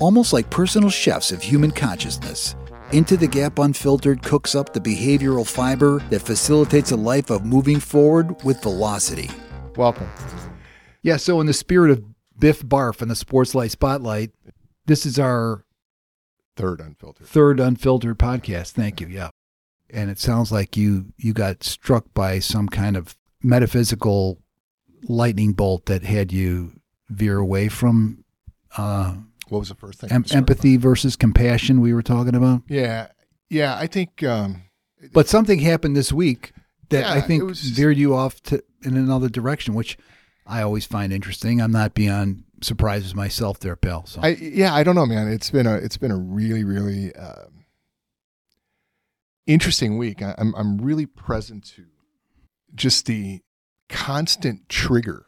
almost like personal chefs of human consciousness. Into the Gap Unfiltered cooks up the behavioral fiber that facilitates a life of moving forward with velocity. Welcome. Yeah, so in the spirit of Biff Barf and the Sports Light Spotlight, this is our Third unfiltered. third unfiltered podcast. Thank you. Yeah. And it sounds like you you got struck by some kind of metaphysical lightning bolt that had you veer away from uh, What was the first thing? em- I'm sorry about? empathy versus compassion we were talking about. Yeah, yeah. I think um, But something happened this week that Yeah, I think it was just- veered you off to in another direction, which I always find interesting. I'm not beyond surprises myself there, pal. So I yeah, I don't know, man. It's been a it's been a really really um, interesting week. I, I'm I'm really present to just the constant trigger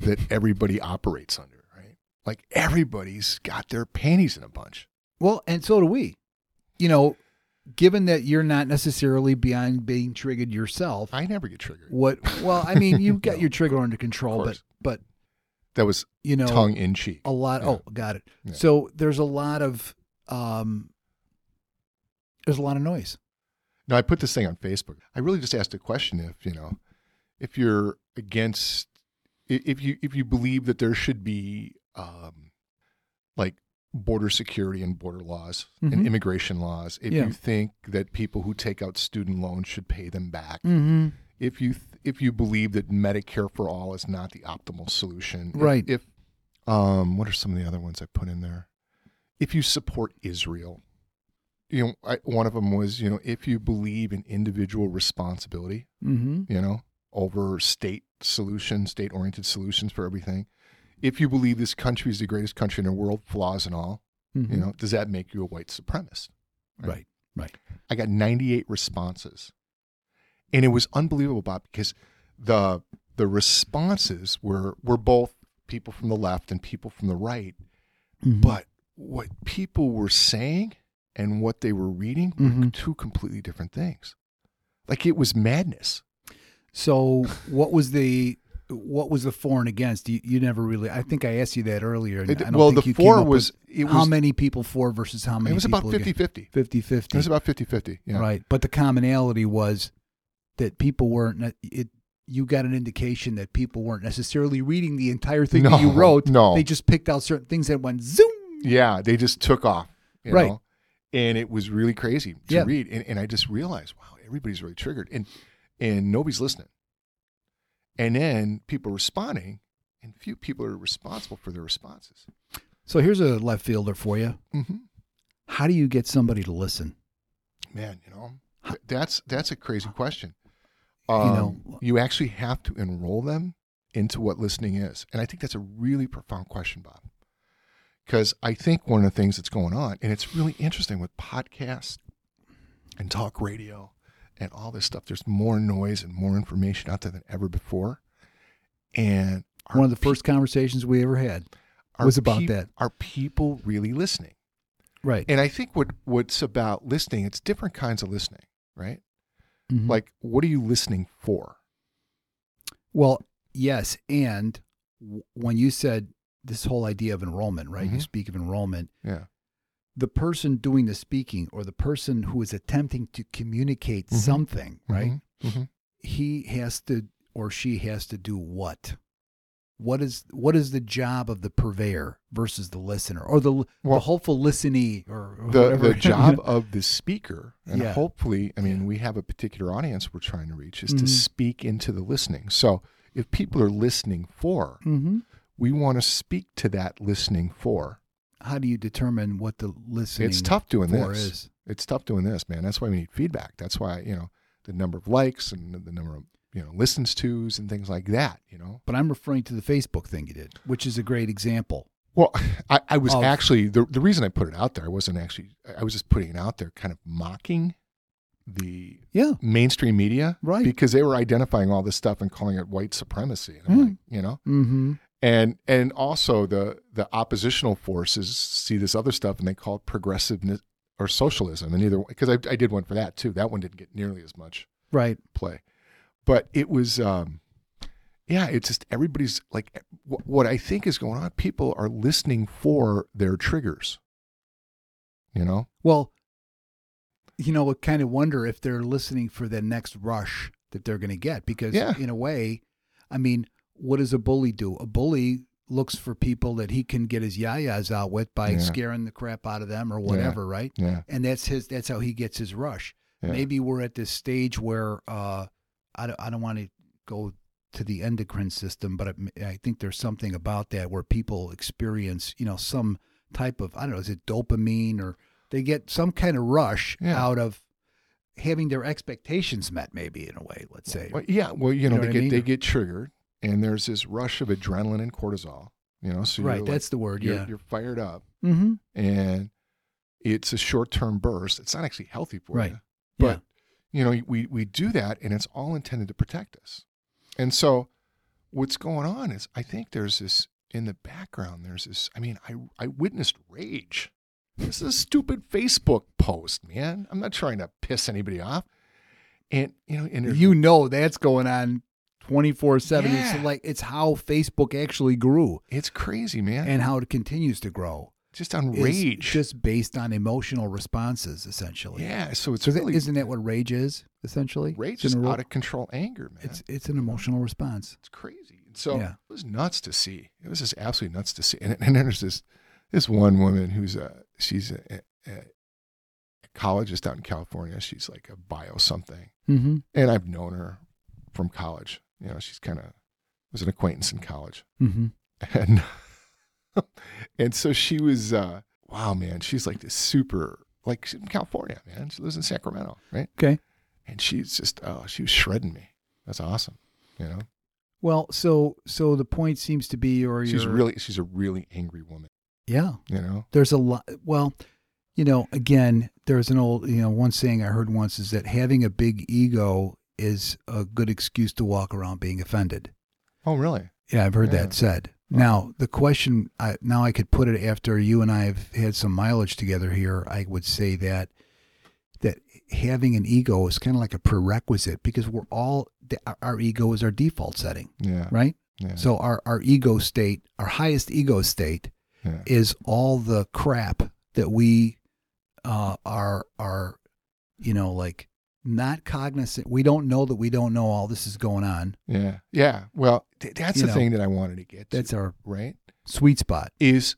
that everybody operates under, right? Like everybody's got their panties in a bunch. Well, and so do we. You know, given that you're not necessarily beyond being triggered yourself, I never get triggered. what? Well, I mean, you've got No. your trigger under control, but Of course. but That was you know, tongue in cheek. a lot. Yeah. Oh, got it. Yeah. So there's a lot of um, there's a lot of noise. No, I put this thing on Facebook. I really just asked a question if, you know, if you're against i- if you if you believe that there should be um like border security and border laws Mhm. and immigration laws, if Yeah. you think that people who take out student loans should pay them back, Mm-hmm. if you th- if you believe that Medicare for all is not the optimal solution, if- Right. If, um, what are some of the other ones I put in there? If you support Israel, you know, I, one of them was you know if you believe in individual responsibility, Mm-hmm. you know, over state solutions, state oriented solutions for everything. If you believe this country is the greatest country in the world, flaws and all, you know, does that make you a white supremacist? Mm-hmm. right. I got 98 responses. And it was unbelievable, Bob, because the the responses were were both people from the left and people from the right. Mhm. But what people were saying and what they were reading were Mhm. two completely different things. Like it was madness. So what was the what was the for and against? You, you never really. I think I asked you that earlier. and It- I don't well, think the you came four up was with it how was many people for versus how many. it was about people 50 against? 50. 50 50 It was about 50 50. Yeah. right but the commonality was that people weren't ne- it you got an indication that people weren't necessarily reading the entire thing that you No, wrote no. they just picked out certain things that went zoom Yeah, they just took off. You Right. Know? And it was really crazy to Yeah. read. And, and I just realized, wow, everybody's really triggered and and nobody's listening. And then people responding, and few people are responsible for their responses. so here's a left fielder for you hmm how do you get somebody to listen Man, you know, th- that's that's a crazy question. You Um, you know- actually have to enroll them into what listening is, and I think that's a really profound question, Bob. Because I think one of the things that's going on, and it's really interesting with podcasts and talk radio and all this stuff. There's more noise and more information out there than ever before, and our one of the pe- first conversations we ever had our was about peop- that. Are people really listening? right And I think what what's about listening, it's different kinds of listening, right? Mhm. Like, what are you listening for? well yes and w- when you said this whole idea of enrollment right you Mhm. speak of enrollment Yeah. the person doing the speaking or the person who is attempting to communicate Mhm. something right Mm-hmm. he has to or she has to do what what is what is the job of the purveyor versus the listener or the, the Well, hopeful listenee or, or The, whatever the job of the speaker, and Yeah. hopefully, I mean, we have a particular audience we're trying to reach, is Mhm. to speak into the listening. So if people are listening for, hmm we want to speak to that listening for. how do you determine what the listening it's tough doing for this. is It's tough doing this, man. That's why we need feedback. That's why, you know, the number of likes and the number of, you know, listens tos and things like that, you know. but i'm referring to the facebook thing you did which is a great example Well, I, I was Of- actually the the reason I put it out there. I wasn't actually. I was just putting it out there, kind of mocking the yeah mainstream media, Right. Because they were identifying all this stuff and calling it white supremacy, and I'm Mm. like, you know, mm-hmm and and also the the oppositional forces see this other stuff and they call it progressiveness or socialism, and either because I, I did one for that too. That one didn't get nearly as much right play, but it was um, yeah, it's just everybody's like, e, wh- what I think is going on, people are listening for their triggers. You know? Well, you know, I kind of wonder if they're listening for the next rush that they're going to get because, Yeah. in a way, I mean, what does a bully do? A bully looks for people that he can get his yayas out with by Yeah. scaring the crap out of them or whatever, right? Yeah. And that's his. That's how he gets his rush. Yeah. Maybe we're at this stage where uh, I don't, I don't want to go to the endocrine system, but I, I think there's something about that where people experience, you know, some type of I don't know, is it dopamine or they get some kind of rush Yeah. out of having their expectations met, maybe in a way. Let's say Well, yeah. Well, you know, know what they I get mean? they get triggered, and there's this rush of adrenaline and cortisol. You know, so right. You're that's the word. like, you're, Yeah. you're fired up, mm-hmm. and it's a short term burst. It's not actually healthy for Right. you, but you know, we we do that, and it's all intended to protect us. And so, what's going on is, I think there's this in the background. There's this. I mean, I I witnessed rage. This is a stupid Facebook post, man. I'm not trying to piss anybody off. And you know, and there's you know that's going on 24 7 Yeah. it's like it's how facebook actually grew It's crazy, man. and how it continues to grow just on is rage. just based on emotional responses essentially yeah, so it's 'Cause it- really isn't that what rage is essentially rage It's is an ero- out of control anger, man. it's It's, it's an emotional response crazy. And so Yeah. it was nuts to see. It was just absolutely nuts to see. And, and then there's this this one woman who's a she's a, a, a ecologist out in California. She's like a bio something, mm-hmm and I've known her from college. You know, she's kind of was an acquaintance in college. mm-hmm and and so she was uh wow man she's like this super like she's from california man she lives in sacramento right Okay. and she's just oh she was shredding me that's awesome you know well so so the point seems to be or she's you're, really she's a really angry woman yeah you know there's a lot well you know again there's an old you know one saying i heard once is that having a big ego is a good excuse to walk around being offended oh really yeah i've heard Yeah. that said now the question i now i could put it after you and i have had some mileage together here i would say that that having an ego is kind of like a prerequisite because we're all our- our ego is our default setting yeah right yeah, so our our ego state our highest ego state yeah. is all the crap that we uh, are are you know like not cognizant. We don't know that we don't know all this is going on. yeah yeah well th- that's You the know, thing that i wanted to get to, That's our right sweet spot. is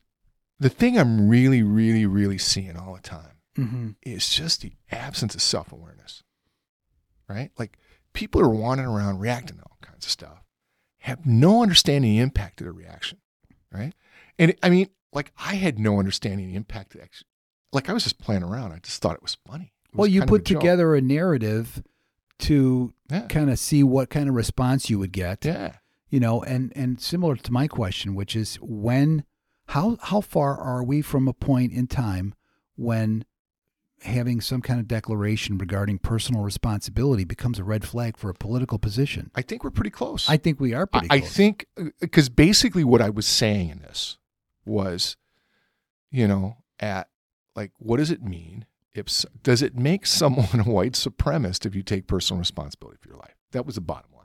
the thing i'm really really really seeing all the time Mm-hmm. is just the absence of self awareness, right? Like people are wandering around reacting to all kinds of stuff, have no understanding of the impact of their reaction, right? And I mean, like I had no understanding of the impact of action. Like I was just playing around. I just thought it was funny. It was Well, you kind of a put joke. together a narrative to Yeah. kind of see what kind of response you would get. Yeah. You know, and and similar to my question, which is when, how how far are we from a point in time when having some kind of declaration regarding personal responsibility becomes a red flag for a political position? I think we're pretty close. I think we are I, pretty. I close. think because basically what I was saying in this was, you know, at like, what does it mean? If s- does it make someone a white supremacist if you take personal responsibility for your life? That was the bottom line,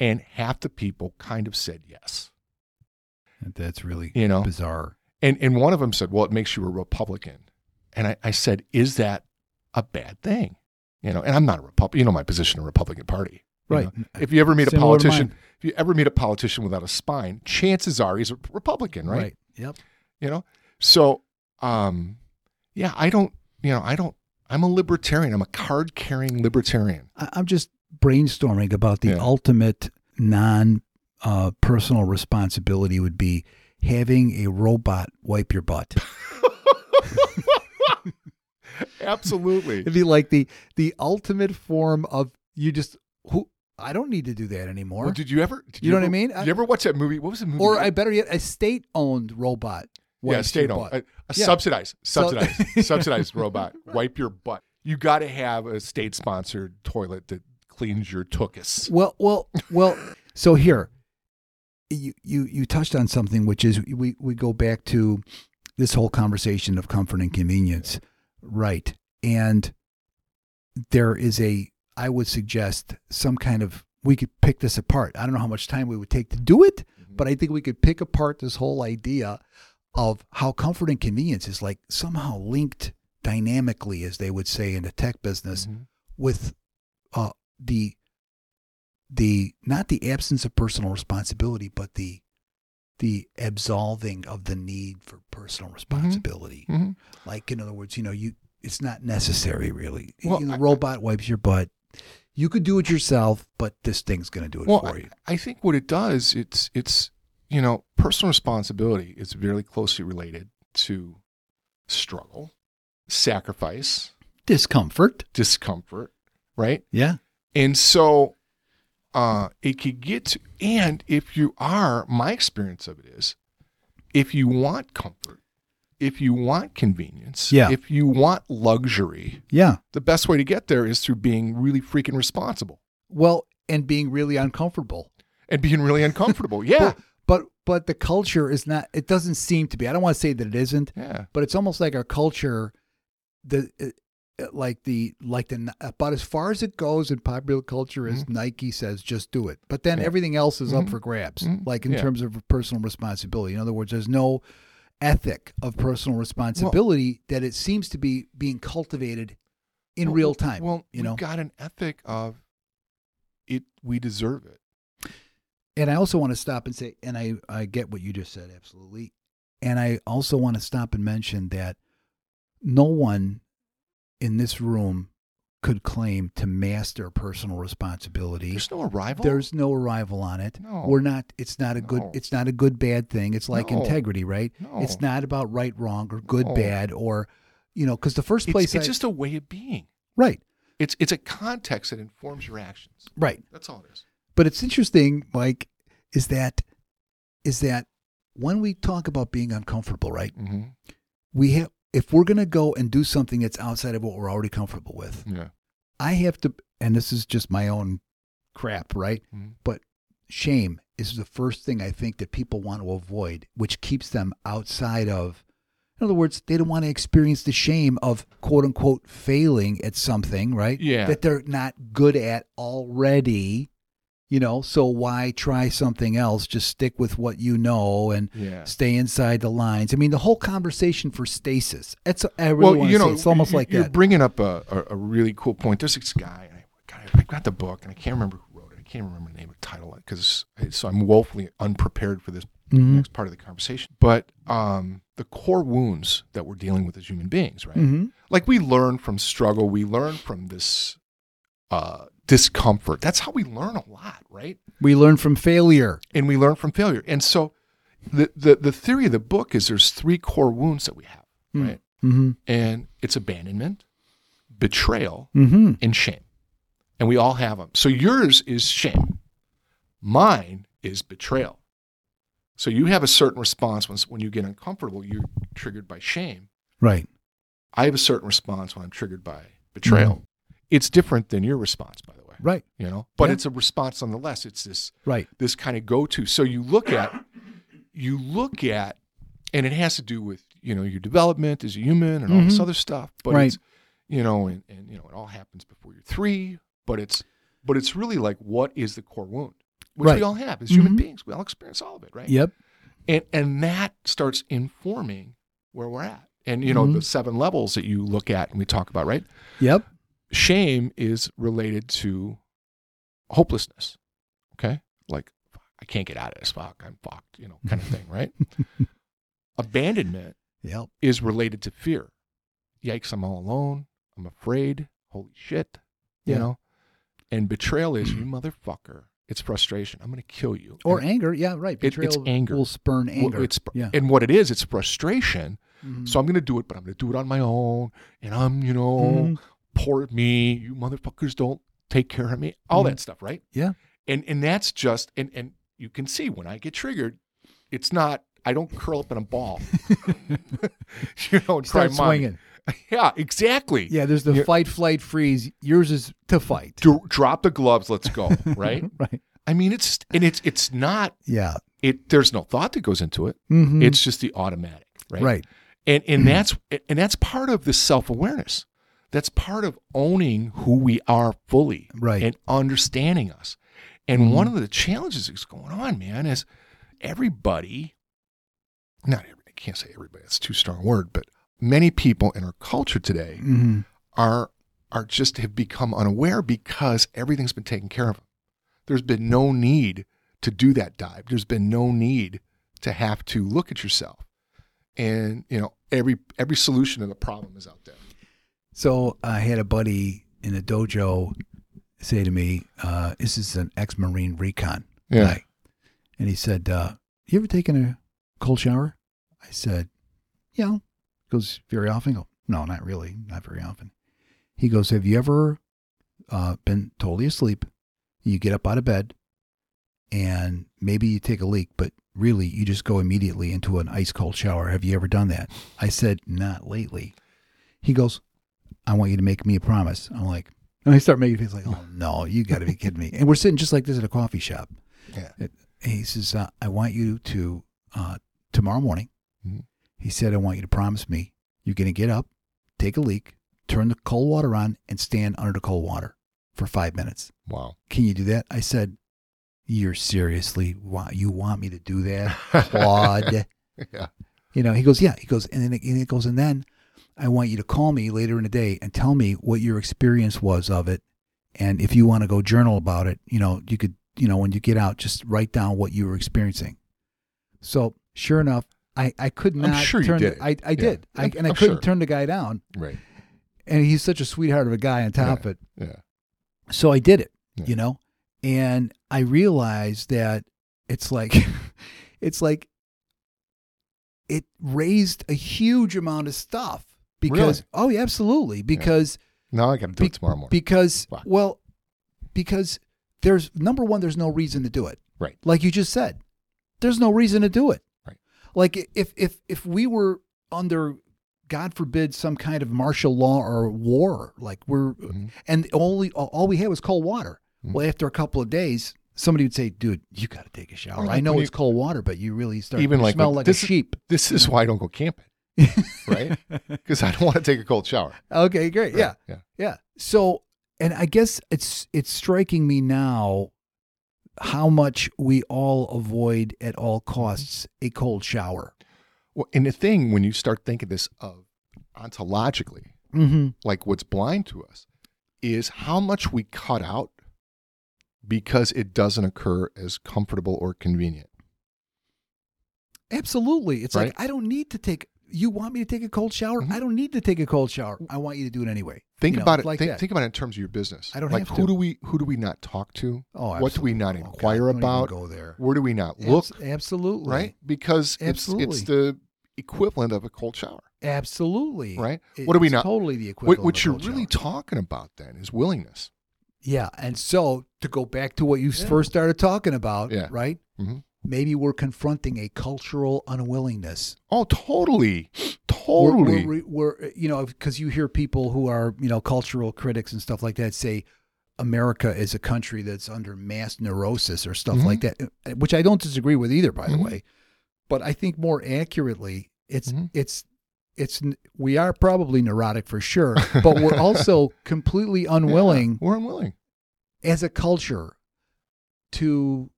and half the people kind of said yes. that's really You know, bizarre. and and one of them said, well, it makes you a Republican, and I, I said, is that a bad thing? You know, and I'm not a Republican. You know my position in the Republican Party. you Right. know. If you ever meet a Similar to politician, mine. if you ever meet a politician without a spine, chances are he's a Republican, right? Yep. You know? So, um, yeah, I don't, you know, I don't, I'm a libertarian. I'm a card carrying libertarian. I, I'm just brainstorming about the Yeah. ultimate non uh, personal responsibility would be having a robot wipe your butt. Absolutely. It'd be like the the ultimate form of you just who I don't need to do that anymore. Well, did you ever, did You know what I ever- mean? Did you ever watch that movie? What was the movie? or I better yet, a state owned robot. yeah, wipes your state owned. butt. A, a Yeah. subsidized, So- subsidized, subsidized robot. Wipe your butt. You got to have a state sponsored toilet that cleans your tuchus. Well, well, well. So here, you you you touched on something, which is we we go back to this whole conversation of comfort and convenience, right? And there is a I would suggest some kind of we could pick this apart. I don't know how much time we would take to do it, but I think we could pick apart this whole idea of how comfort and convenience is like somehow linked dynamically, as they would say in the tech business, Mhm. with uh, the the not the absence of personal responsibility, but the the absolving of the need for Mm-hmm. personal responsibility. Mhm. Like in other words, you know, you it's not necessary really. Well, You know, the I- robot wipes your butt. You could do it yourself, but this thing's going to do it Well, for I, you. I think what it does, it's it's you know, personal responsibility is very closely related to struggle, sacrifice, Discomfort. discomfort, right? Yeah. And so uh, it could get to, and if you are, my experience of it is, if you want comfort, if you want convenience, Yeah. if you want luxury, Yeah. the best way to get there is through being really freaking responsible Well, and being really uncomfortable. and being really uncomfortable. Yeah. But but the culture is not it doesn't seem to be. I don't want to say that it isn't, yeah. but it's almost like our culture the uh, like the like the about as far as it goes in popular culture is Nike says just do it. But then Mm-hmm. Yeah. everything else is up Mhm. for grabs Mhm. like in Yeah. terms of personal responsibility. In other words, there's no ethic of personal responsibility that it seems to be being cultivated in Well, real time. Well, you know. we've got an ethic of it. We deserve it. and I also want to stop and say, and I, I get what you just said, absolutely. And I also want to stop and mention that no one in this room could claim to master personal responsibility. There's no arrival. There's no arrival on it. No. We're not it's not a good No. it's not a good bad thing. It's like No. integrity, right? It's No. not about right wrong or good No. bad or you know, cuz the first It's, place it's I- just a way of being. right, It's it's a context that informs your actions. right. That's all it is. But it's interesting, Mike, is that is that when we talk about being uncomfortable, right? Mm-hmm. we have if we're going to go and do something that's outside of what we're already comfortable with Yeah. i have to and this is just my own crap right Mhm. but shame is the first thing i think that people want to avoid which keeps them outside of in other words they don't want to experience the shame of quote unquote failing at something right Yeah. that they're not good at already you know so why try something else just stick with what you know and Yeah. stay inside the lines. I mean, the whole conversation for stasis. It's I really want to say it's almost you- like you're that. bringing up a, a, a really cool point. There's this guy, and I, God, I got the book, and I can't remember who wrote it. I can't remember the name or title because so I'm woefully unprepared for this Mhm. next part of the conversation. But um, the core wounds that we're dealing with as human beings, right? Mhm. Like we learn from struggle, we learn from this uh, discomfort. That's how we learn a lot, right? We learn from failure. and we learn from failure. And so the, the, the theory of the book is there's three core wounds that we have, Mm. right? Mm-hmm. And it's abandonment, betrayal, Mm-hmm. and shame. And we all have them. So yours is shame. Mine is betrayal. So you have a certain response when, when you get uncomfortable, you're triggered by shame. Right. I have a certain response when I'm triggered by betrayal. It's different than your response, by the way, Mm-hmm. Right. you know, but Yeah. it's a response nonetheless. It's this Right. this kind of go to. So you look at, you look at, and it has to do with you know your development as a human and all this Mhm. other stuff. But Right. it's you know, and, and you know, it all happens before you're three. But it's but it's really like what is the core wound, which Right. we all have as human Mhm. beings. We all experience all of it, right? Yep. And and that starts informing where we're at. And you know Mhm. the seven levels that you look at and we talk about, right? Yep. shame is related to hopelessness. Okay. Like, "Fuck, I can't get out of this. Fuck, I'm fucked, you know, kind of thing, right? Abandonment Yep. is related to fear. Yikes, I'm all alone. I'm afraid. Holy shit, you Yeah. know? And betrayal is, you motherfucker. It's frustration. I'm going to kill you. Or And anger. Yeah. Right. it's anger. will spurn w- anger. It's, yeah. And what it is, it's frustration. Mhm. So I'm going to do it, but I'm going to do it on my own. And I'm, you know, Mhm. poor me, you motherfuckers don't take care of me, all that stuff, right? Mm. Yeah. And and that's just and and you can see when I get triggered, it's not I don't curl up in a ball, you know, Start and cry mommy. swinging. Yeah, exactly. Yeah. There's the Yeah. fight, flight, freeze. Yours is to fight. D- drop the gloves, let's go, right? Right. I mean, it's and it's it's not Yeah. it. There's no thought that goes into it. Mm-hmm. It's just the automatic, right? right. and and that's and that's part of the self-awareness that's part of owning who we are fully Right. and understanding us And one of the challenges that's going on, man, is everybody, not every, I can't say everybody, it's too strong a word, but many people in our culture today Mm-hmm. are are just have become unaware because everything's been taken care of. There's been no need to do that dive. There's been no need to have to look at yourself. And you know, every every solution to the problem is out there. So I had a buddy in a dojo say to me, uh, "This is an ex-marine recon guy," and he said, uh, "You ever taken a cold shower?" I said, "Yeah." He goes, "Very often?" I go, "No, not really, not very often." He goes, "Have you ever uh, been totally asleep? You get up out of bed, and maybe you take a leak, but really you just go immediately into an ice cold shower. Have you ever done that?" I said, "Not lately." He goes, I want you to make me a promise. I'm like, and I start making faces like, oh no, you got to be kidding me. And we're sitting just like this at a coffee shop. Yeah. And he says, uh, I want you to, uh, tomorrow morning, Mhm. he said, I want you to promise me you're going to get up, take a leak, turn the cold water on, and stand under the cold water for five minutes. Wow. Can you do that? I said, You're seriously, wa- you want me to do that? Claude. yeah. You know, he goes, yeah. He goes, and then it, and it goes, and then I want you to call me later in the day and tell me what your experience was of it, and if you want to go journal about it, you know, you could, you know, when you get out, just write down what you were experiencing. So sure enough, I I could I'm not. sure you turn did the- it. I I Yeah. did. I, I'm- and I I'm couldn't sure. turn the guy down, Right. and he's such a sweetheart of a guy on top of it. Yeah. So I did it, Yeah. you know, and I realized that it's like, it's like, it raised a huge amount of stuff because oh yeah, absolutely because Now I got to do Be- it tomorrow morning. because Fuck. well because there's number one there's no reason to do it Right. like you just said there's no reason to do it Right. like if if if we were under god forbid some kind of martial law or war like we're Mhm. and only all- all we had was cold water Mhm. well after a couple of days somebody would say dude you got to take a shower Or like i know when it's you- cold water but you really start Even you like smell when- like this a is- sheep this is why I don't go camping, right? Because I don't want to take a cold shower. okay great yeah Right, Yeah. Yeah. So, and I guess it's it's striking me now how much we all avoid at all costs a cold shower. Well, and the thing when you start thinking this of ontologically, Mm-hmm. like what's blind to us, is how much we cut out because it doesn't occur as comfortable or convenient. Absolutely. It's like Right. I don't need to take. You want me to take a cold shower? Mhm. I don't need to take a cold shower. I want you to do it anyway. Think You know, about it. like think, that. think about it in terms of your business. I don't like have who to. do we who do we not talk to? oh, what do we not absolutely. Oh, God, inquire don't even about? Go there. Where do we not Abs- look? absolutely. Right? Because it's, Absolutely. it's the equivalent of a cold shower, Absolutely. right? It- what do we it's not? Totally the What, E, equivalent. of what a you're cold really shower. talking about then is willingness. Yeah. And so to go back to what you Yeah. first started talking about, Yeah. right? Mhm. Maybe we're confronting a cultural unwillingness. Oh, totally, We're- totally. We're, we're, we're, you know, because you hear people who are, you know, cultural critics and stuff like that say America is a country that's under mass neurosis or stuff Mhm. like that, uh, which I don't disagree with either, by the Mhm. way. But I think more accurately, it's, Mhm. it's, it's, n- we are probably neurotic for sure, but we're also completely unwilling Yeah, we're unwilling. as a culture to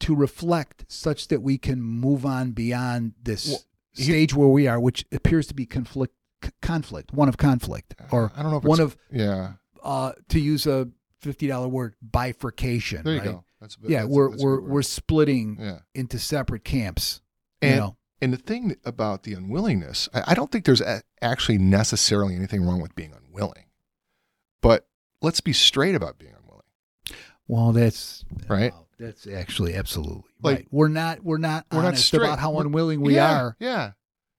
to reflect such that we can move on beyond this Well, he- stage where we are which appears to be conflict c- conflict one of conflict or I don't know if one Ah, it's, of yeah. uh to use a $50 word bifurcation There you right go. That's a bit, yeah that's a- we're that's a we're good word. we're splitting yeah. into separate camps you And know and the thing about the unwillingness, I, I don't think there's a, actually necessarily anything wrong with being unwilling, but let's be straight about being unwilling. well that's Right. wow, that's actually absolutely Eh Like- right we're not we're not We're not honest straight. about how We're- unwilling we Yeah, are Yeah.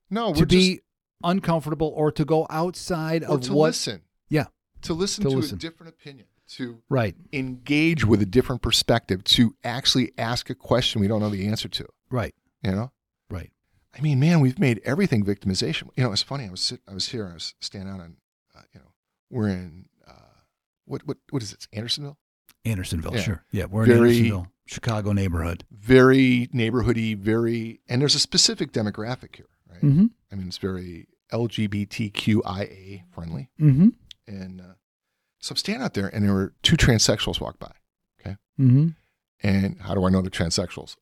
No, to we're be just uncomfortable or to go outside or of to what listen. Yeah. To listen To to, listen. a different opinion, to right engage with a different perspective, to actually ask a question we don't know the answer to. right You know? right I mean, man, we've made everything victimization. You know, it's funny. I was sit, I was here. I was standing out on, uh, you know, we're in uh, what what what is it? Andersonville. andersonville Yeah. sure yeah we're in Very- andersonville chicago neighborhood Very neighborhoody. Very, and there's a specific demographic here, right? mm-hmm I mean, it's very LGBTQIA friendly. mm-hmm And uh, so I'm standing out there, and there were two transsexuals walk by. Mm-hmm. And how do I know they're transsexuals?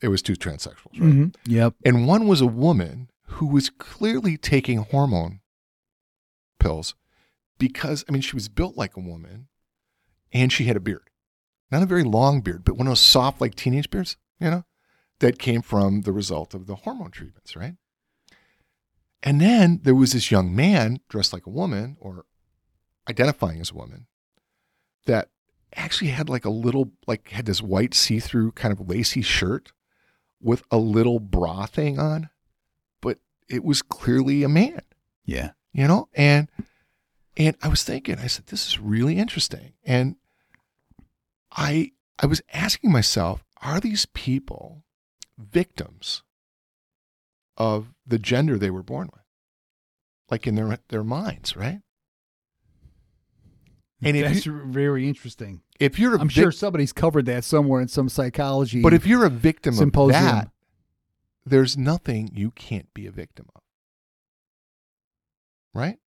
It was two transsexuals, right? Mm-hmm. Yep. And one was a woman who was clearly taking hormone pills because, I mean, she was built like a woman and she had a beard. Not a very long beard, but one of those soft, like teenage beards, you know, that came from the result of the hormone treatments, right? And then there was this young man dressed like a woman or identifying as a woman that actually had like a little, like, had this white see through kind of lacy shirt with a little bra thing on, but it was clearly a man Yeah. you know and and i was thinking i said this is really interesting and i i was asking myself are these people victims of the gender they were born with like in their their minds right and if, That's you, very interesting. if you're a I'm vic- sure somebody's covered that somewhere in some psychology. but if you're a victim symposium. of that there's nothing you can't be a victim of right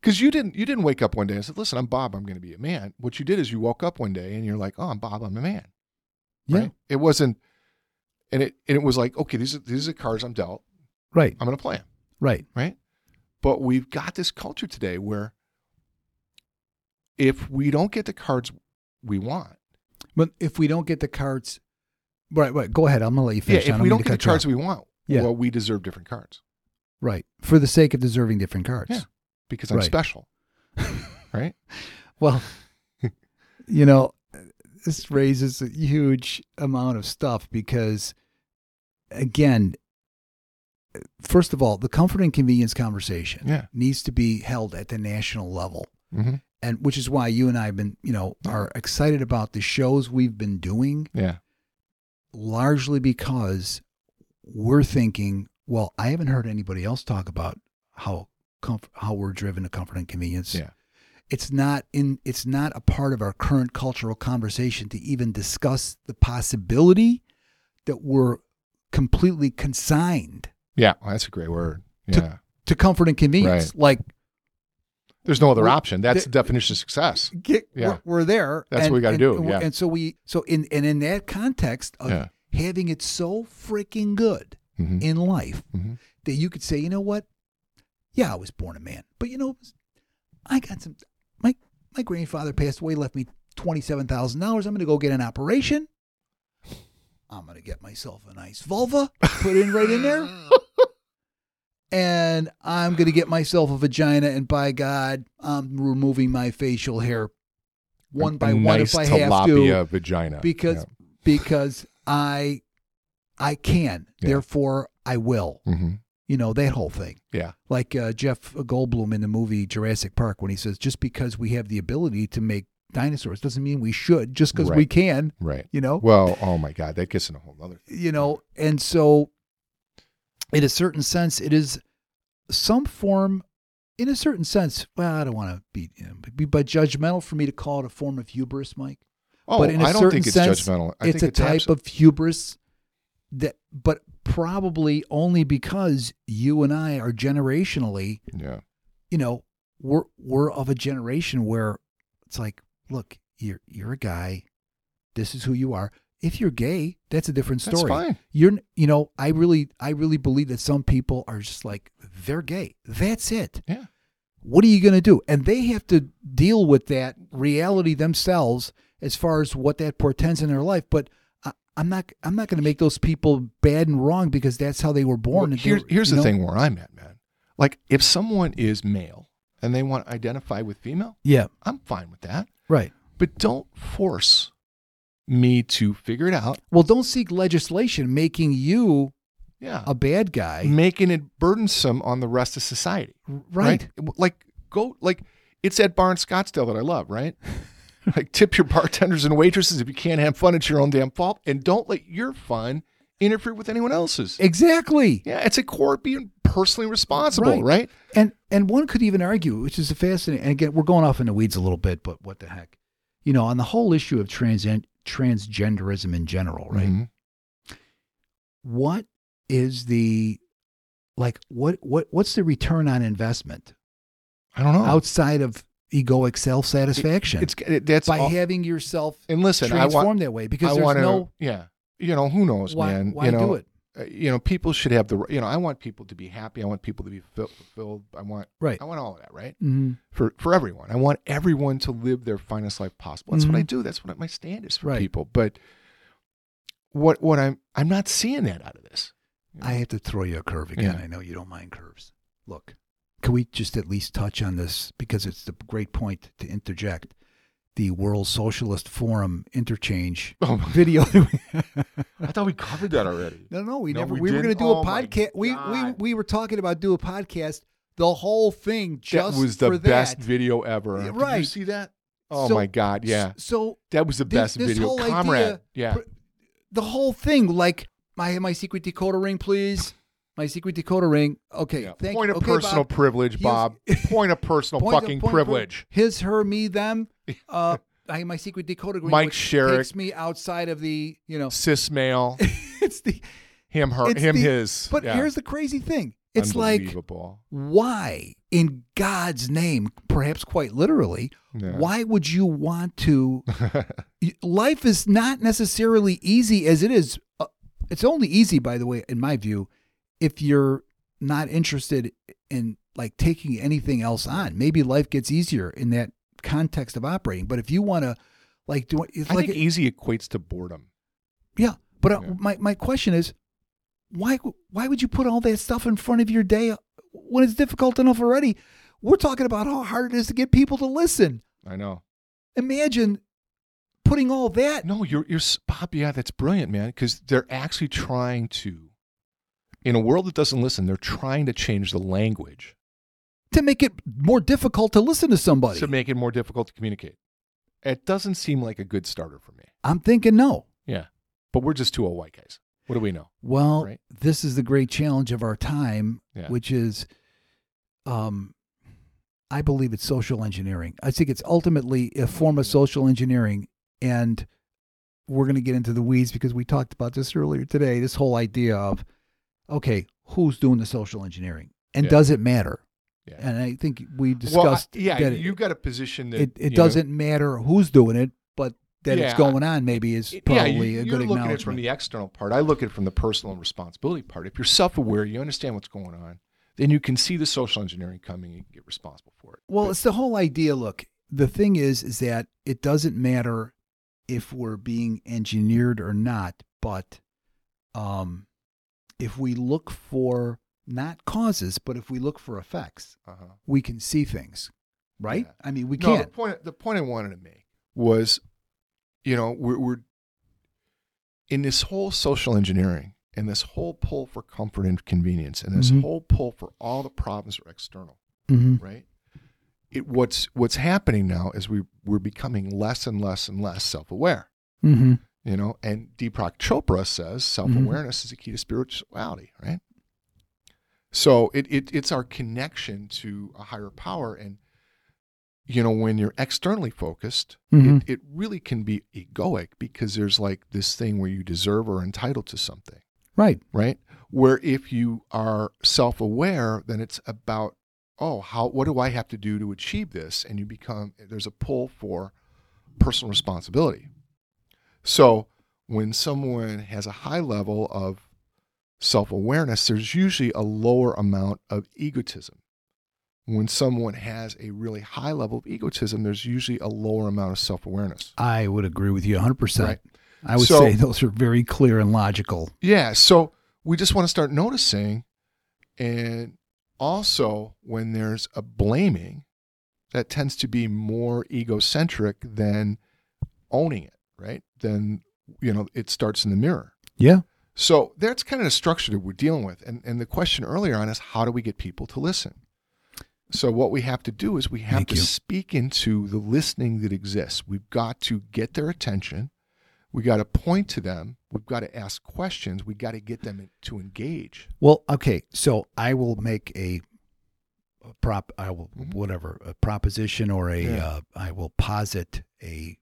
because you didn't you didn't wake up one day and said listen i'm bob i'm going to be a man what you did is you woke up one day and you're like oh i'm bob i'm a man yeah, right it wasn't and it and it was like okay these are these are the cards i'm dealt right, i'm going to play them right. right but we've got this culture today where if we don't get the cards we want But if we don't get the cards, right, right. Go ahead. I'm gonna let you yeah finish. I if we mean don't to get the cut you off. cards we want Yeah. well we deserve different cards right, for the sake of deserving different cards. Yeah. because i'm Right. special right Well, you know, this raises a huge amount of stuff because, again, first of all, the comfort and convenience conversation Yeah. needs to be held at the national level. mm-hmm. And which is why you and I have been, you know, are excited about the shows we've been doing Yeah. largely because we're thinking, well, I haven't heard anybody else talk about how comf- how we're driven to comfort and convenience. Yeah. It's not in it's not a part of our current cultural conversation to even discuss the possibility that we're completely consigned Yeah. Well, that's a great word. Yeah. To- to comfort and convenience. Like There's no other Well, option. That's the- the definition of success. get, Yeah. we're, we're there. That's what we gotta and- do, And, we're- yeah. and so we so in and in that context of Yeah. having it so freaking good Mhm. in life Mhm. that you could say, you know what? Yeah, I was born a man, but you know, I got some. My my grandfather passed away, left me twenty seven thousand dollars. I'm going to go get an operation. I'm going to get myself a nice vulva, put in right in there, and I'm going to get myself a vagina. And by God, I'm removing my facial hair one A- by a one nice if I have to tilapia vagina. because because I I can. Yeah. Therefore, I will. Yeah. Mhm. You know that whole thing. Yeah. Like uh, Jeff Goldblum in the movie Jurassic Park when he says, "Just because we have the ability to make dinosaurs doesn't mean we should. Just because we Right. can, Right. you know." Well, oh my God, that gets in a whole other. you know, and so in a certain sense, it is some form. In a certain sense, well, I don't want to be, you know, be but judgmental for me to call it a form of hubris, Mike. Oh, but in a I don't certain think it's sense, judgmental. I it's think a type abso- of hubris that but probably only because you and I are generationally, Yeah. you know, we're we're of a generation where it's like, look, you're you're a guy, this is who you are. If you're gay, that's a different That's story. fine. You're you know, I really I really believe that some people are just like they're gay. That's it. Yeah. What are you going to do? And they have to deal with that reality themselves as far as what that portends in their life. But I, I'm not I'm not going to make those people bad and wrong because that's how they were born. Well, and they here's were- here's you the know? thing where I'm at, man. Like, if someone is male and they want to identify with female, Yeah. I'm fine with that. Right. But don't force me to figure it out. Well, don't seek legislation making you Yeah. a bad guy. making it burdensome on the rest of society. right. Like go like it's at Bar in Scottsdale that I love, right? like tip your bartenders and waitresses if you can't have fun, it's your own damn fault, and don't let your fun interfere with anyone else's. Exactly. Yeah, it's a core of being personally responsible, Right. right? And and one could even argue, which is a fascinating. And again, we're going off in the weeds a little bit, but what the heck, you know, on the whole issue of trans transgenderism in general, right? Mhm. What is the like what what what's the return on investment I don't know. outside of egoic self satisfaction Oh. It's it, that's by all- having yourself and listen, I transformed want that way because I there's want to no yeah. You know who knows, why, man. why you know, do it uh, you know, people should have the r- you know. I want people to be happy. I want people to be ful- fulfilled. I want right I want all of that, right? hmm For for everyone, I want everyone to live their finest life possible. That's what I do. That's what my stand is for Mm-hmm. Right. people. But what what I'm I'm not seeing that out of this. I have to throw you a curve again. Yeah. I know you don't mind curves. Look, can we just at least touch on this because it's the great point to interject the World Socialist Forum interchange Oh, my- video. I thought we covered that already. no, no, we No, never. we We, were going to didn't? do Oh a my podcast. We, we God. we were talking about do a podcast. The whole thing just that was the for best that. video ever. Yeah, Did you right. see that? Oh So- my god, yeah. So That was the this- best this video. whole idea Comrade. yeah. pr- the whole thing, like my my secret decoder ring, please. My secret decoder ring. Okay, yeah. thank Point you. of Okay, personal Bob. privilege, He was- Bob. Point of personal Point of- fucking point of- privilege. his, her, me, them. Uh, I my secret decoder ring. Mike which Sherrick. takes me outside of the you know. Cis male, It's the him, her, it's him, the- his. But Yeah. here's the crazy thing. It's like Unbelievable. why in God's name, perhaps quite literally, Yeah. why would you want to? y- life is not necessarily easy as it is. Uh, it's only easy, by the way, in my view, if you're not interested in like taking anything else on. Maybe life gets easier in that context of operating. But if you want to, like, do it's I like think easy equates to boredom. yeah. But uh Yeah. my my question is, why why would you put all that stuff in front of your day when it's difficult enough already? We're talking about how hard it is to get people to listen. I know. Imagine putting all that. No, you're you're s- Bob. Yeah, that's brilliant, man. Because they're actually trying to, in a world that doesn't listen, they're trying to change the language to make it more difficult to listen to somebody. to make it more difficult to communicate. It doesn't seem like a good starter for me. I'm thinking no. Yeah, but we're just two old white guys. What do we know? Well, Right. this is the great challenge of our time, Yeah. which is, um, I believe it's social engineering. I think it's ultimately a form of social engineering, and we're going to get into the weeds because we talked about this earlier today. This whole idea of, okay, who's doing the social engineering, and Yeah. does it matter? Yeah. And I think we Well, I- discussed yeah, that it, you got a position that it, it you know, doesn't matter who's doing it, but that it's Yeah. going on maybe is It- probably yeah, you, a you're good looking at it from acknowledgement. the external part. I look at it from the personal and responsibility part. If you're self-aware, you understand what's going on, then you can see the social engineering coming and get responsible for it. Well, it's the whole idea. Look, the thing is, is that it doesn't matter if we're being engineered or not, but um, if we look for not causes, but if we look for effects, uh-huh. we can see things, right? Yeah. I mean, we no, the can't. point the point I wanted to make was, you know, we're, we're in this whole social engineering and this whole pull for comfort and convenience and this Mhm. whole pull for all the problems are external, Mhm. right? It, what's what's happening now is we we're becoming less and less and less self-aware. Mhm. You know, and Deepak Chopra says self awareness is the key to spirituality, right? So it, it it's our connection to a higher power, and you know when you're externally focused, Mhm. it, it really can be egoic because there's like this thing where you deserve or entitled to something, Right. right? Where if you are self aware, then it's about oh how what do I have to do to achieve this, and you become there's a pull for personal responsibility, so when someone has a high level of self awareness, there's usually a lower amount of egotism. When someone has a really high level of egotism, there's usually a lower amount of self awareness. I would agree with you 100%. Right. I would So- say those are very clear and logical. Yeah. So we just want to start noticing. And also, when there's a blaming, that tends to be more egocentric than owning it, right? Then, you know, it starts in the mirror. Yeah. So that's kind of the structure that we're dealing with. And, and the question earlier on is how do we get people to listen? So what we have to do is we have Thank to you. speak into the listening that exists. We've got to get their attention. We got to point to them. We've got to ask questions. We got to get them in- to engage. Well, okay, so I will make a, a prop. I will Mhm. uh, whatever a proposition or a. Yeah. Uh, I will posit a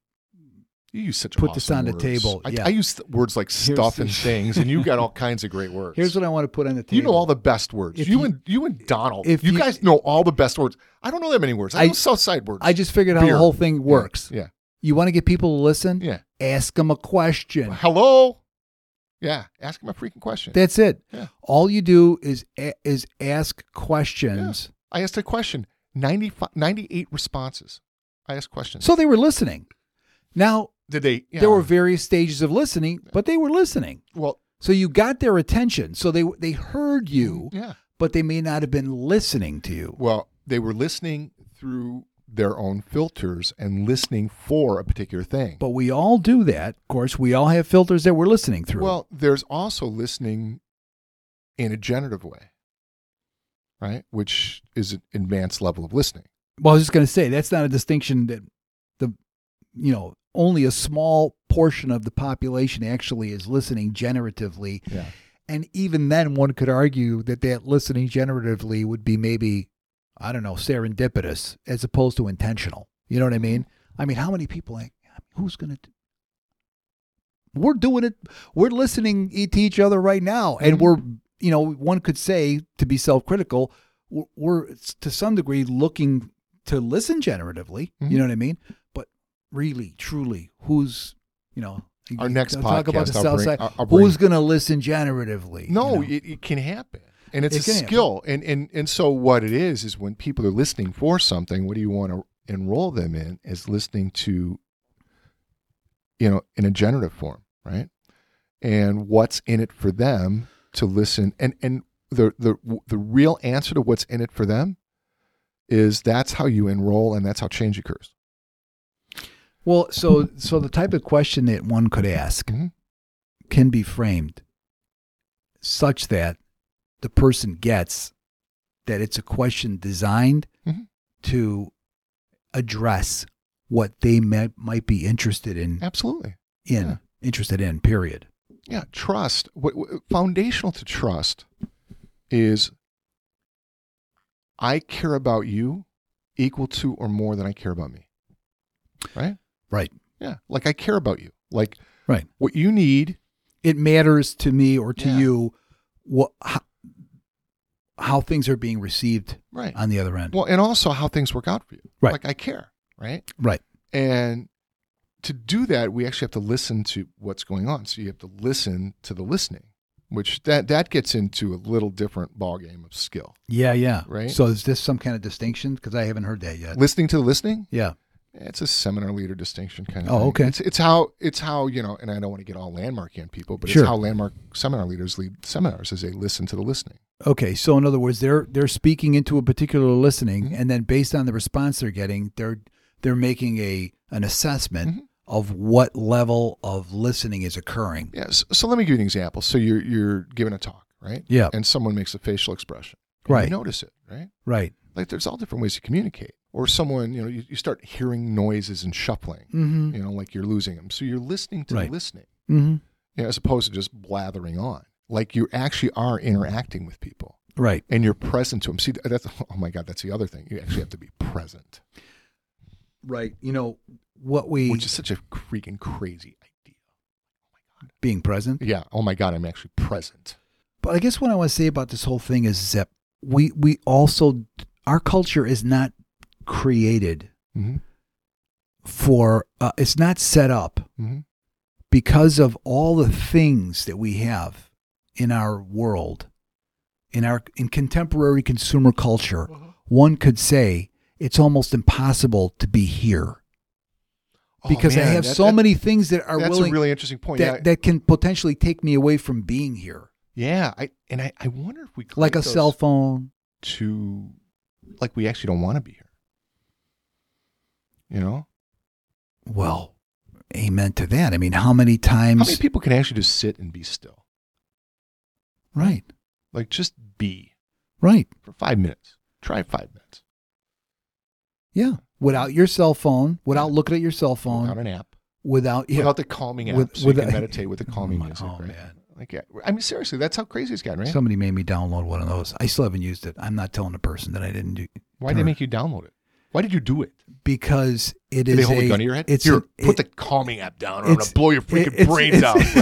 You use such Put this awesome on the words. table, I, yeah. I use th- words like Here's stuff the- and things, and you got all kinds of great words. Here's what I want to put on the table. you know all the best words. If You you- and you and Donald. if you, you- guys know all the best words. I don't know that many words. I, I- know South Side words. I just figured out how Beer. the whole thing works. Yeah. You want to get people to listen? Yeah. Ask them a question. Hello. Yeah. Ask him a freaking question. That's it. Yeah. All you do is a- is ask questions. I asked a question. 95, 98 responses. I asked questions. So they were listening. Now Did they? Yeah. there were various stages of listening, but they were listening. well. So you got their attention. So they they heard you, Yeah. but they may not have been listening to you. Well, they were listening through their own filters and listening for a particular thing. But we all do that. Of course, we all have filters that we're listening through. Well, there's also listening in a generative way, right? Which is an advanced level of listening. Well, I was just going to say that's not a distinction that the you know only a small portion of the population actually is listening generatively, Yeah. and even then one could argue that that listening generatively would be maybe I don't know serendipitous as opposed to intentional. You know what I mean? I mean, how many people? Like, who's going to? We're doing it. We're listening e- to each other right now, and Mhm. we're you know one could say to be self-critical, we're, we're to some degree looking to listen generatively. Mhm. You know what I mean? But really, truly, who's you know Our you next know, podcast, talk about the I'll south bring- side. I'll- I'll who's going to listen generatively? you No, know? it, it can happen. And it's It a can happen. skill. And, and and so what it is is when people are listening for something, what do you want to enroll them in is listening to you know, in a generative form, right? And what's in it for them to listen and and the the the real answer to what's in it for them is that's how you enroll and that's how change occurs. Well, so so the type of question that one could ask Mhm. can be framed such that the person gets that it's a question designed Mhm. to address what they might might be interested in Absolutely. in yeah. interested in period. Yeah, trust. What, what foundational to trust is I care about you equal to or more than I care about me. Right? Right. Yeah, like I care about you. Like Right. what you need. It matters to me or to Yeah. you what how, how things are being received Right. on the other end. Well, and also how things work out for you. Right. Like I care, right? right. And to do that, we actually have to listen to what's going on. So you have to listen to the listening, which that that gets into a little different ballgame of skill. Yeah, yeah. Right. So is this some kind of distinction because I haven't heard that yet. Listening to the listening Yeah. It's a seminar leader distinction kind of. Oh, thing. okay. It's it's how it's how you know, and I don't want to get all landmarky on people, but Sure. it's how landmark seminar leaders lead seminars is they listen to the listening. Okay, so in other words, they're they're speaking into a particular listening, Mhm. and then based on the response they're getting, they're they're making a an assessment Mhm. of what level of listening is occurring. Yes. So let me give you an example. So you're you're giving a talk, right? Yeah, And someone makes a facial expression. And Right. You notice it, right? right. Like there's all different ways to communicate. Or someone, you know, you, you start hearing noises and shuffling. Mm-hmm. You know, like you're losing them. So you're listening to Right. the listening, Mm-hmm. you know, as opposed to just blathering on. Like you actually are interacting with people. Right. and you're present to them. See, that's oh my god, that's the other thing. You actually have to be present, Right. You know what we which is such a freaking crazy idea. being present. Yeah. Oh my god, I'm actually present. But I guess what I want to say about this whole thing is that we we also our culture is not created Mm-hmm. for uh, it's not set up Mm-hmm. because of all the things that we have in our world in our in contemporary consumer culture Mm-hmm. one could say it's almost impossible to be here Oh, because i have so many things that are That's willing a really interesting point. that, yeah. that can potentially take me away from being here yeah. I and I, I wonder if we could like a cell phone to like we actually don't want to be here. You know, well amen to that i mean how many times how many people can actually just sit and be still, right like just be right for five minutes. Try five minutes yeah without your cell phone without looking at your cell phone without without, an app. yeah, without the calming app, With- so without- you can meditate with the calming Oh my- music, oh, right? man. Like, yeah, I mean, seriously, that's how crazy it's gotten, right? Somebody made me download one of those. I still haven't used it. I'm not telling the person that I didn't do. Why would they make you download it? Why did you do it? because it is Did they hold a, a gun to your head? It's Here, an- put it- the calming app down, or I'm gonna it's- blow your freaking it's- Uh, brains out. it's-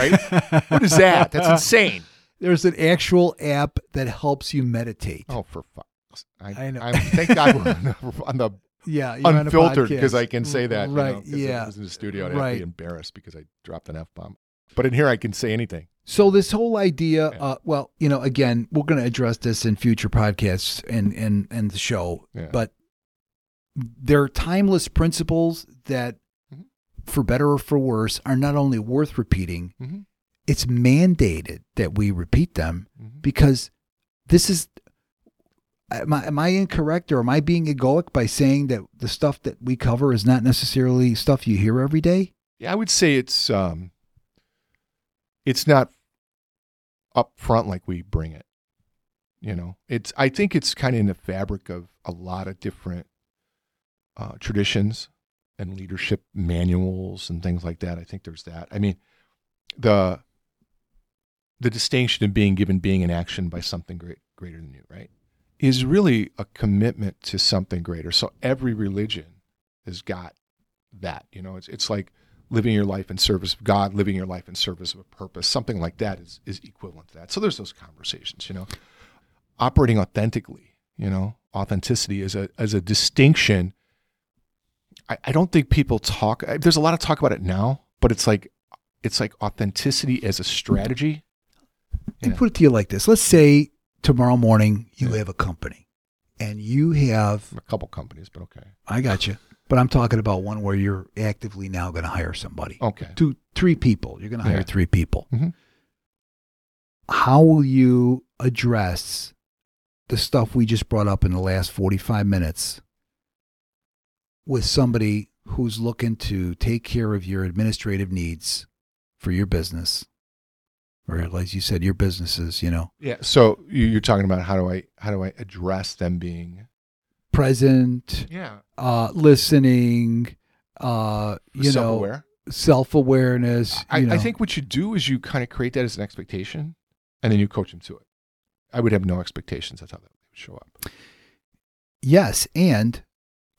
Right? what is that? That's insane. There's an actual app that helps you meditate. Oh, for fuck's I, I know. I'm, thank God we're on the, on the yeah, you're on a unfiltered because podcast. Mm, I can say that. you know, Right? 'cause if yeah. I was in the studio. I'd Right. be embarrassed because I dropped an f bomb. But in here, I can say anything. So this whole idea, Yeah. uh, well, you know, again, we're going to address this in future podcasts and and and the show, Yeah. but there are timeless principles that, Mhm. for better or for worse, are not only worth repeating. Mhm. It's mandated that we repeat them Mhm. because this is. Am I, am I incorrect or am I being egoic by saying that the stuff that we cover is not necessarily stuff you hear every day? Yeah, I would say it's um, it's not up front like we bring it. You know, it's I think it's kind of in the fabric of a lot of different uh, traditions and leadership manuals and things like that. I think there's that. I mean, the the distinction of being given being in action by something great greater than you, right? Is really a commitment to something greater. So every religion has got that. You know, it's it's like living your life in service of God, living your life in service of a purpose, something like that is is equivalent to that. So there's those conversations, you know. Operating authentically, you know, authenticity is a as a distinction. I, I don't think people talk I, there's a lot of talk about it now, but it's like it's like authenticity as a strategy. And Yeah. put it to you like this let's say tomorrow morning you have a company and you have, A couple companies, but okay. I got you, but I'm talking about one where you're actively now going to hire somebody. Okay. Two, three people. You're going to hire Yeah. three people. Mhm. How will you address the stuff we just brought up in the last 45 minutes with somebody who's looking to take care of your administrative needs for your business? Or, like you said, your businesses, you know, Yeah. So you, you're talking about how do I how do I address them being present, yeah uh, listening, uh, you self know, aware? self awareness. I, I think what you do is you kind of create that as an expectation, and then you coach them to it. I would have no expectations. That's how that would show up. yes, and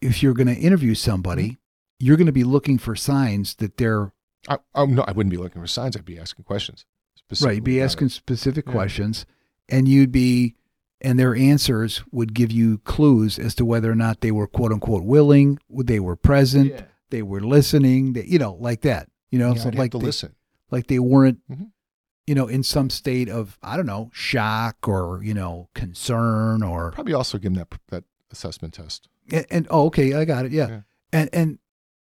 if you're going to interview somebody, Mm-hmm. you're going to be looking for signs that they're I, oh no, I wouldn't be looking for signs. I'd be asking questions. right. specifically You'd be about asking it. specific Yeah. questions, and you'd be, and their answers would give you clues as to whether or not they were quote unquote willing, they were present, Yeah. they were listening, that you know, like that. You know, Yeah, so I'd have like to they- listen. like they weren't Mhm. you know in some state of i don't know shock or you know concern or Probably also give them that that assessment test. and, and- oh okay i got it yeah, Yeah. and and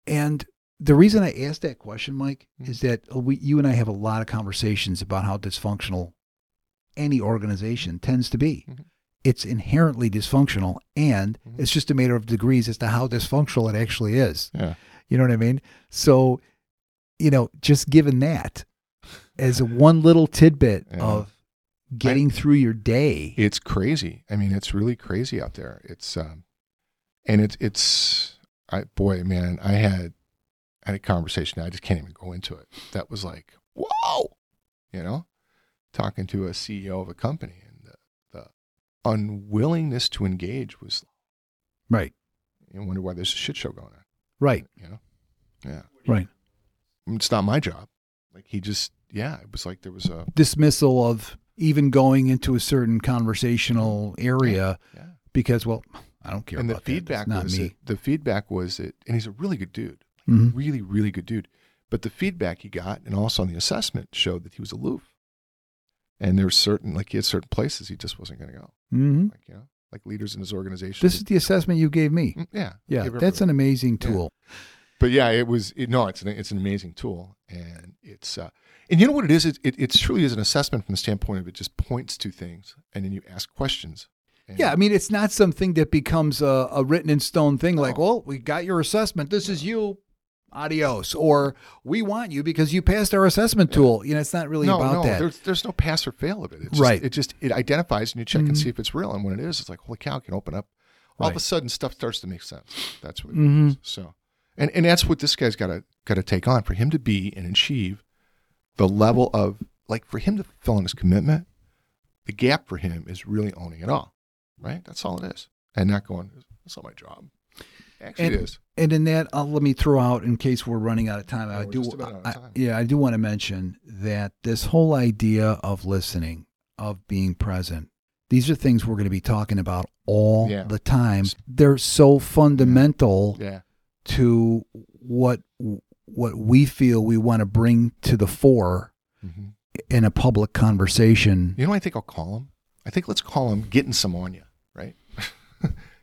and the reason i asked that question mike Mhm. is that uh, we you and i have a lot of conversations about how dysfunctional any organization tends to be Mhm. it's inherently dysfunctional and Mhm. it's just a matter of degrees as to how dysfunctional it actually is Yeah. you know what I mean? So, you know, just given that as a one little tidbit Yeah. of getting through your day, It's crazy. I mean, it's really crazy out there. It's um, and it's it's I boy man, I had I had a conversation. I just can't even go into it. That was like whoa, you know, talking to a CEO of a company and the, the unwillingness to engage was. right, You wonder why there's a shit show going on. right, You know, yeah, right. it's not my job. Like he just yeah, it was like there was a Dismissal of even going into a certain conversational area yeah. because, well, I don't care and the about that. That's feedback Not was me. that- the feedback was that and he's a really good dude Mhm. really really good dude but the feedback he got and also on the assessment showed that he was aloof and there were certain like he had certain places he just wasn't going to go Mhm. like you know like leaders in his organization This is the assessment you gave me. Mm, yeah Yeah, give that's everybody- an amazing Yeah. tool. but yeah it was it, no it's an it's an amazing tool and it's uh and you know what it is it, it, it truly is an assessment from the standpoint of it just points to things and then you ask questions And- Yeah, I mean, it's not something that becomes a, a written in stone thing like, No. well, we got your assessment. This is you. Adios. Or we want you because you passed our assessment Yeah. tool. You know, it's not really no, about no, that. There's, there's no pass or fail of it. It's Right. Just, it just it identifies and you check and Mhm. see if it's real. And when it is, it's like holy cow, it can open up. All of a Right. sudden, stuff starts to make sense. That's what. It Mhm. is. So, and and that's what this guy's got to got to take on for him to be and achieve the level of like for him to fill in his commitment. The gap for him is really owning it all, right? That's all it is, and not going. That's not my job. Actually, and, it is. And in that, I'll, let me throw out in case we're running out of time. Yeah, I Oh, we're do, just about out of I- time. yeah, I do want to mention that this whole idea of listening, of being present, these are things we're going to be talking about all Yeah. the time. They're so fundamental Yeah. to what what we feel we want to bring to the fore hmm in a public conversation. You know, what I think I'll call him. I think let's call him getting some on you, right?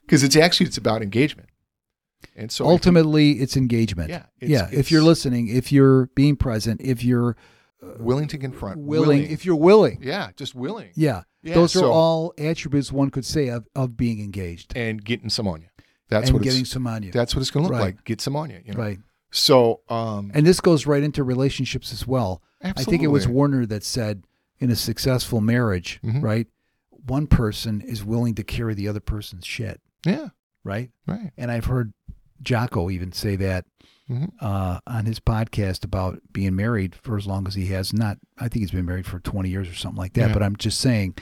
Because it's actually it's about engagement. And so I think- Ultimately, it's engagement. Yeah, it's- yeah. If you're it's- listening, if you're being present, if you're willing to confront, willing, if you're willing, yeah, just willing, yeah, Yeah, those are so- all attributes one could say of, of being engaged and getting some on you. That's and what getting it's, some on you. that's what it's going to look Right. like. Get some on you, you know? right. So, um, And this goes right into relationships as well. I think it was Absolutely. Warner that said in a successful marriage, Mhm. right, one person is willing to carry the other person's shit, yeah, right? right. And I've heard Jocko even say that hmm uh, on his podcast about being married for as long as he has. Not, I think he's been married for 20 years or something like that. Yeah. But I'm just saying,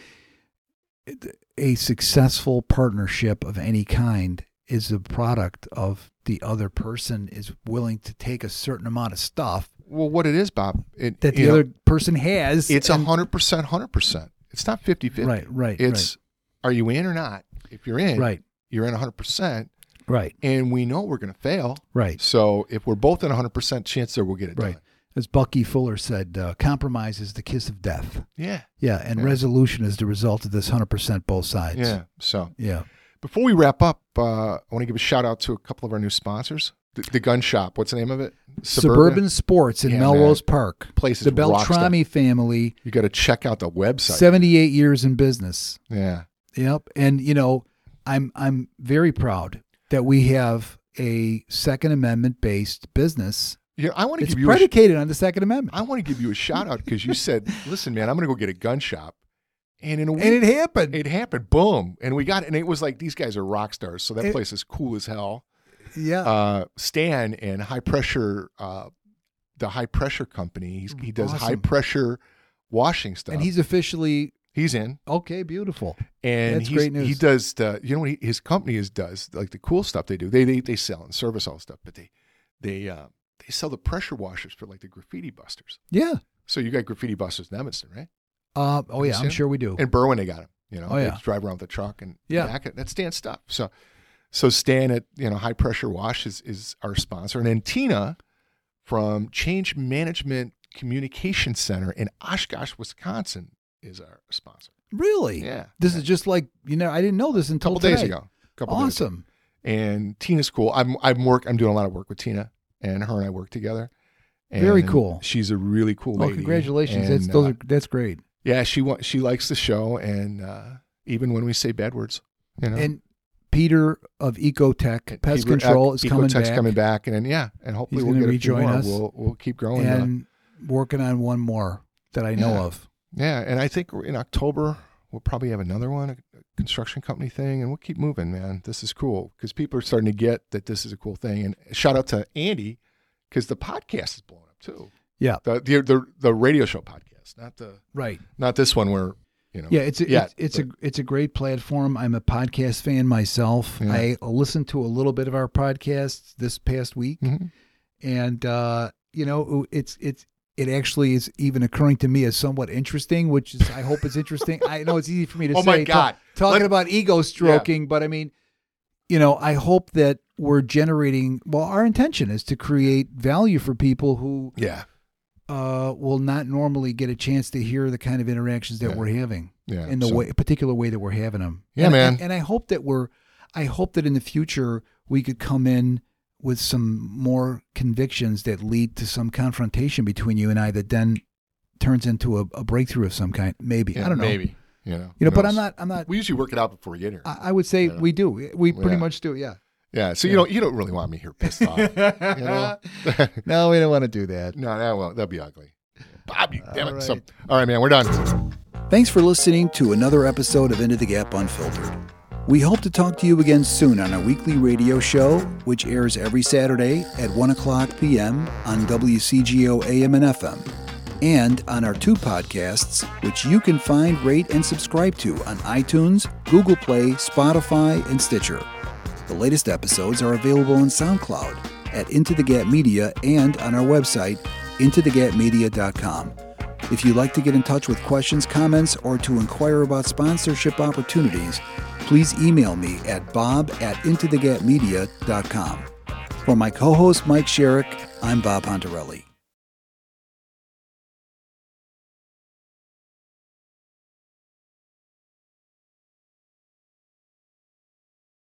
it- a successful partnership of any kind is the product of the other person is willing to take a certain amount of stuff Well, what it is, Bob, it, that the you know, other person has. it's a and- 100%, 100%. It's not 50 50. right, right, It's are you in or not? If you're in, right, right, you're in 100%, right, and we know we're going to fail. right, So if we're both in 100% chance there, we'll get it right. done. As Bucky Fuller said, uh, compromise is the kiss of death. Yeah. Yeah, and Yeah. resolution is the result of this 100% both sides. Yeah. So Yeah. before we wrap up, uh, I want to give a shout out to a couple of our new sponsors. The, the gun shop. What's the name of it? Suburban, Sports in Yeah, Melrose Park. Place is The rock star. Beltrami family, You got to check out the website. 78 years in business. Yeah. Yep. And you know, I'm I'm very proud that we have a second amendment based business. Yeah. I want to It's give you. A sh- predicated on the second amendment. I want to give you a shout out because you said, "Listen, man, I'm going to go get a gun shop," and in a week, and it happened. it happened. Boom, and we got, and it was like these guys are rock stars. So that It- place is cool as hell. yeah. uh, Stan and high pressure, uh, the high pressure company. He's, he does Mm, Awesome. high pressure washing stuff. and he's officially he's in, okay, beautiful. and That's he's- great news. He does the you know what he, his company is does like the cool stuff they do. They they, they sell and service all stuff, but they they uh, they sell the pressure washers for like the graffiti busters. Yeah. So you got graffiti busters in Evanston, right? Uh, oh Have you yeah, seen I'm it? sure we do. And Berwyn, they got him. You know, Oh, they yeah. just drive around with the truck and Yeah. back it. That's Stan's stuff. So, so Stan at you know High Pressure Wash is is our sponsor, and then Tina from Change Management Communication Center in Oshkosh, Wisconsin, is our sponsor. Really? Yeah, This yeah. is just like you know, I didn't know this a until couple days today. ago. Couple days ago. Awesome. And Tina's cool. I'm I'm work. I'm doing a lot of work with Tina, and her and I work together. And Very cool. She's a really cool Well, lady. Oh, congratulations. And, that's those uh, are that's great. yeah. She wa- she likes the show, and uh, even when we say bad words, you know. And Peter of Ecotech And Pest Eco- Control Ec- is coming Ecotech's back, coming back, and then yeah, and hopefully He's we'll gonna get a few rejoin more. us. We'll we'll keep growing. uh, and working on one more that I know Yeah. of. yeah, and I think we're- in October we'll probably have another one, a a construction company thing, and we'll keep moving, man. This is cool because people are starting to get that this is a cool thing. And shout out to Andy because the podcast is blowing up too. Yeah. the the the, the radio show podcast, not the Right. not this one where you know. Yeah, it's a, Yeah, it's, it's a it's a great platform. I'm a podcast fan myself. Yeah. I listened to a little bit of our podcast this past week, Mhm. and uh, you know, it's it's it actually is even occurring to me as somewhat interesting, which is I hope it's interesting. I know it's easy for me to Oh say. my ta- God. talking Let- about ego stroking, but I mean, you know, I hope that we're generating. Well, our intention is to create value for people who Yeah, uh, will not normally get a chance to hear the kind of interactions that Yeah. we're having yeah. in the so- way, particular way that we're having them. Yeah, and, man. And, and I hope that we're, I hope that in the future we could come in with some more convictions that lead to some confrontation between you and I that then turns into a, a breakthrough of some kind. Maybe yeah, I don't know. Maybe you know. You know, who but I'm knows? not. I'm not. We usually work it out before we get here. I, I would say Yeah. we do. We- We pretty Yeah. much do. Yeah. yeah, so you don't you don't really want me here pissed off. you know? No, we don't want to do that. No, that won't. That'll be ugly. Bob, you damn it. All So, right. all right, man, we're done. Thanks for listening to another episode of Into the Gap Unfiltered. We hope to talk to you again soon on our weekly radio show, which airs every Saturday at 1 o'clock p.m. on WCGO AM and FM, and on our two podcasts, which you can find, rate, and subscribe to on iTunes, Google Play, Spotify, and Stitcher. The latest episodes are available on SoundCloud at Into the Gap Media and on our website, intothegapmedia.com. If you'd like to get in touch with questions, comments, or to inquire about sponsorship opportunities, please email me at bob at intothegapmedia.com. For my co host, Mike Sherrick, I'm Bob Pontarelli.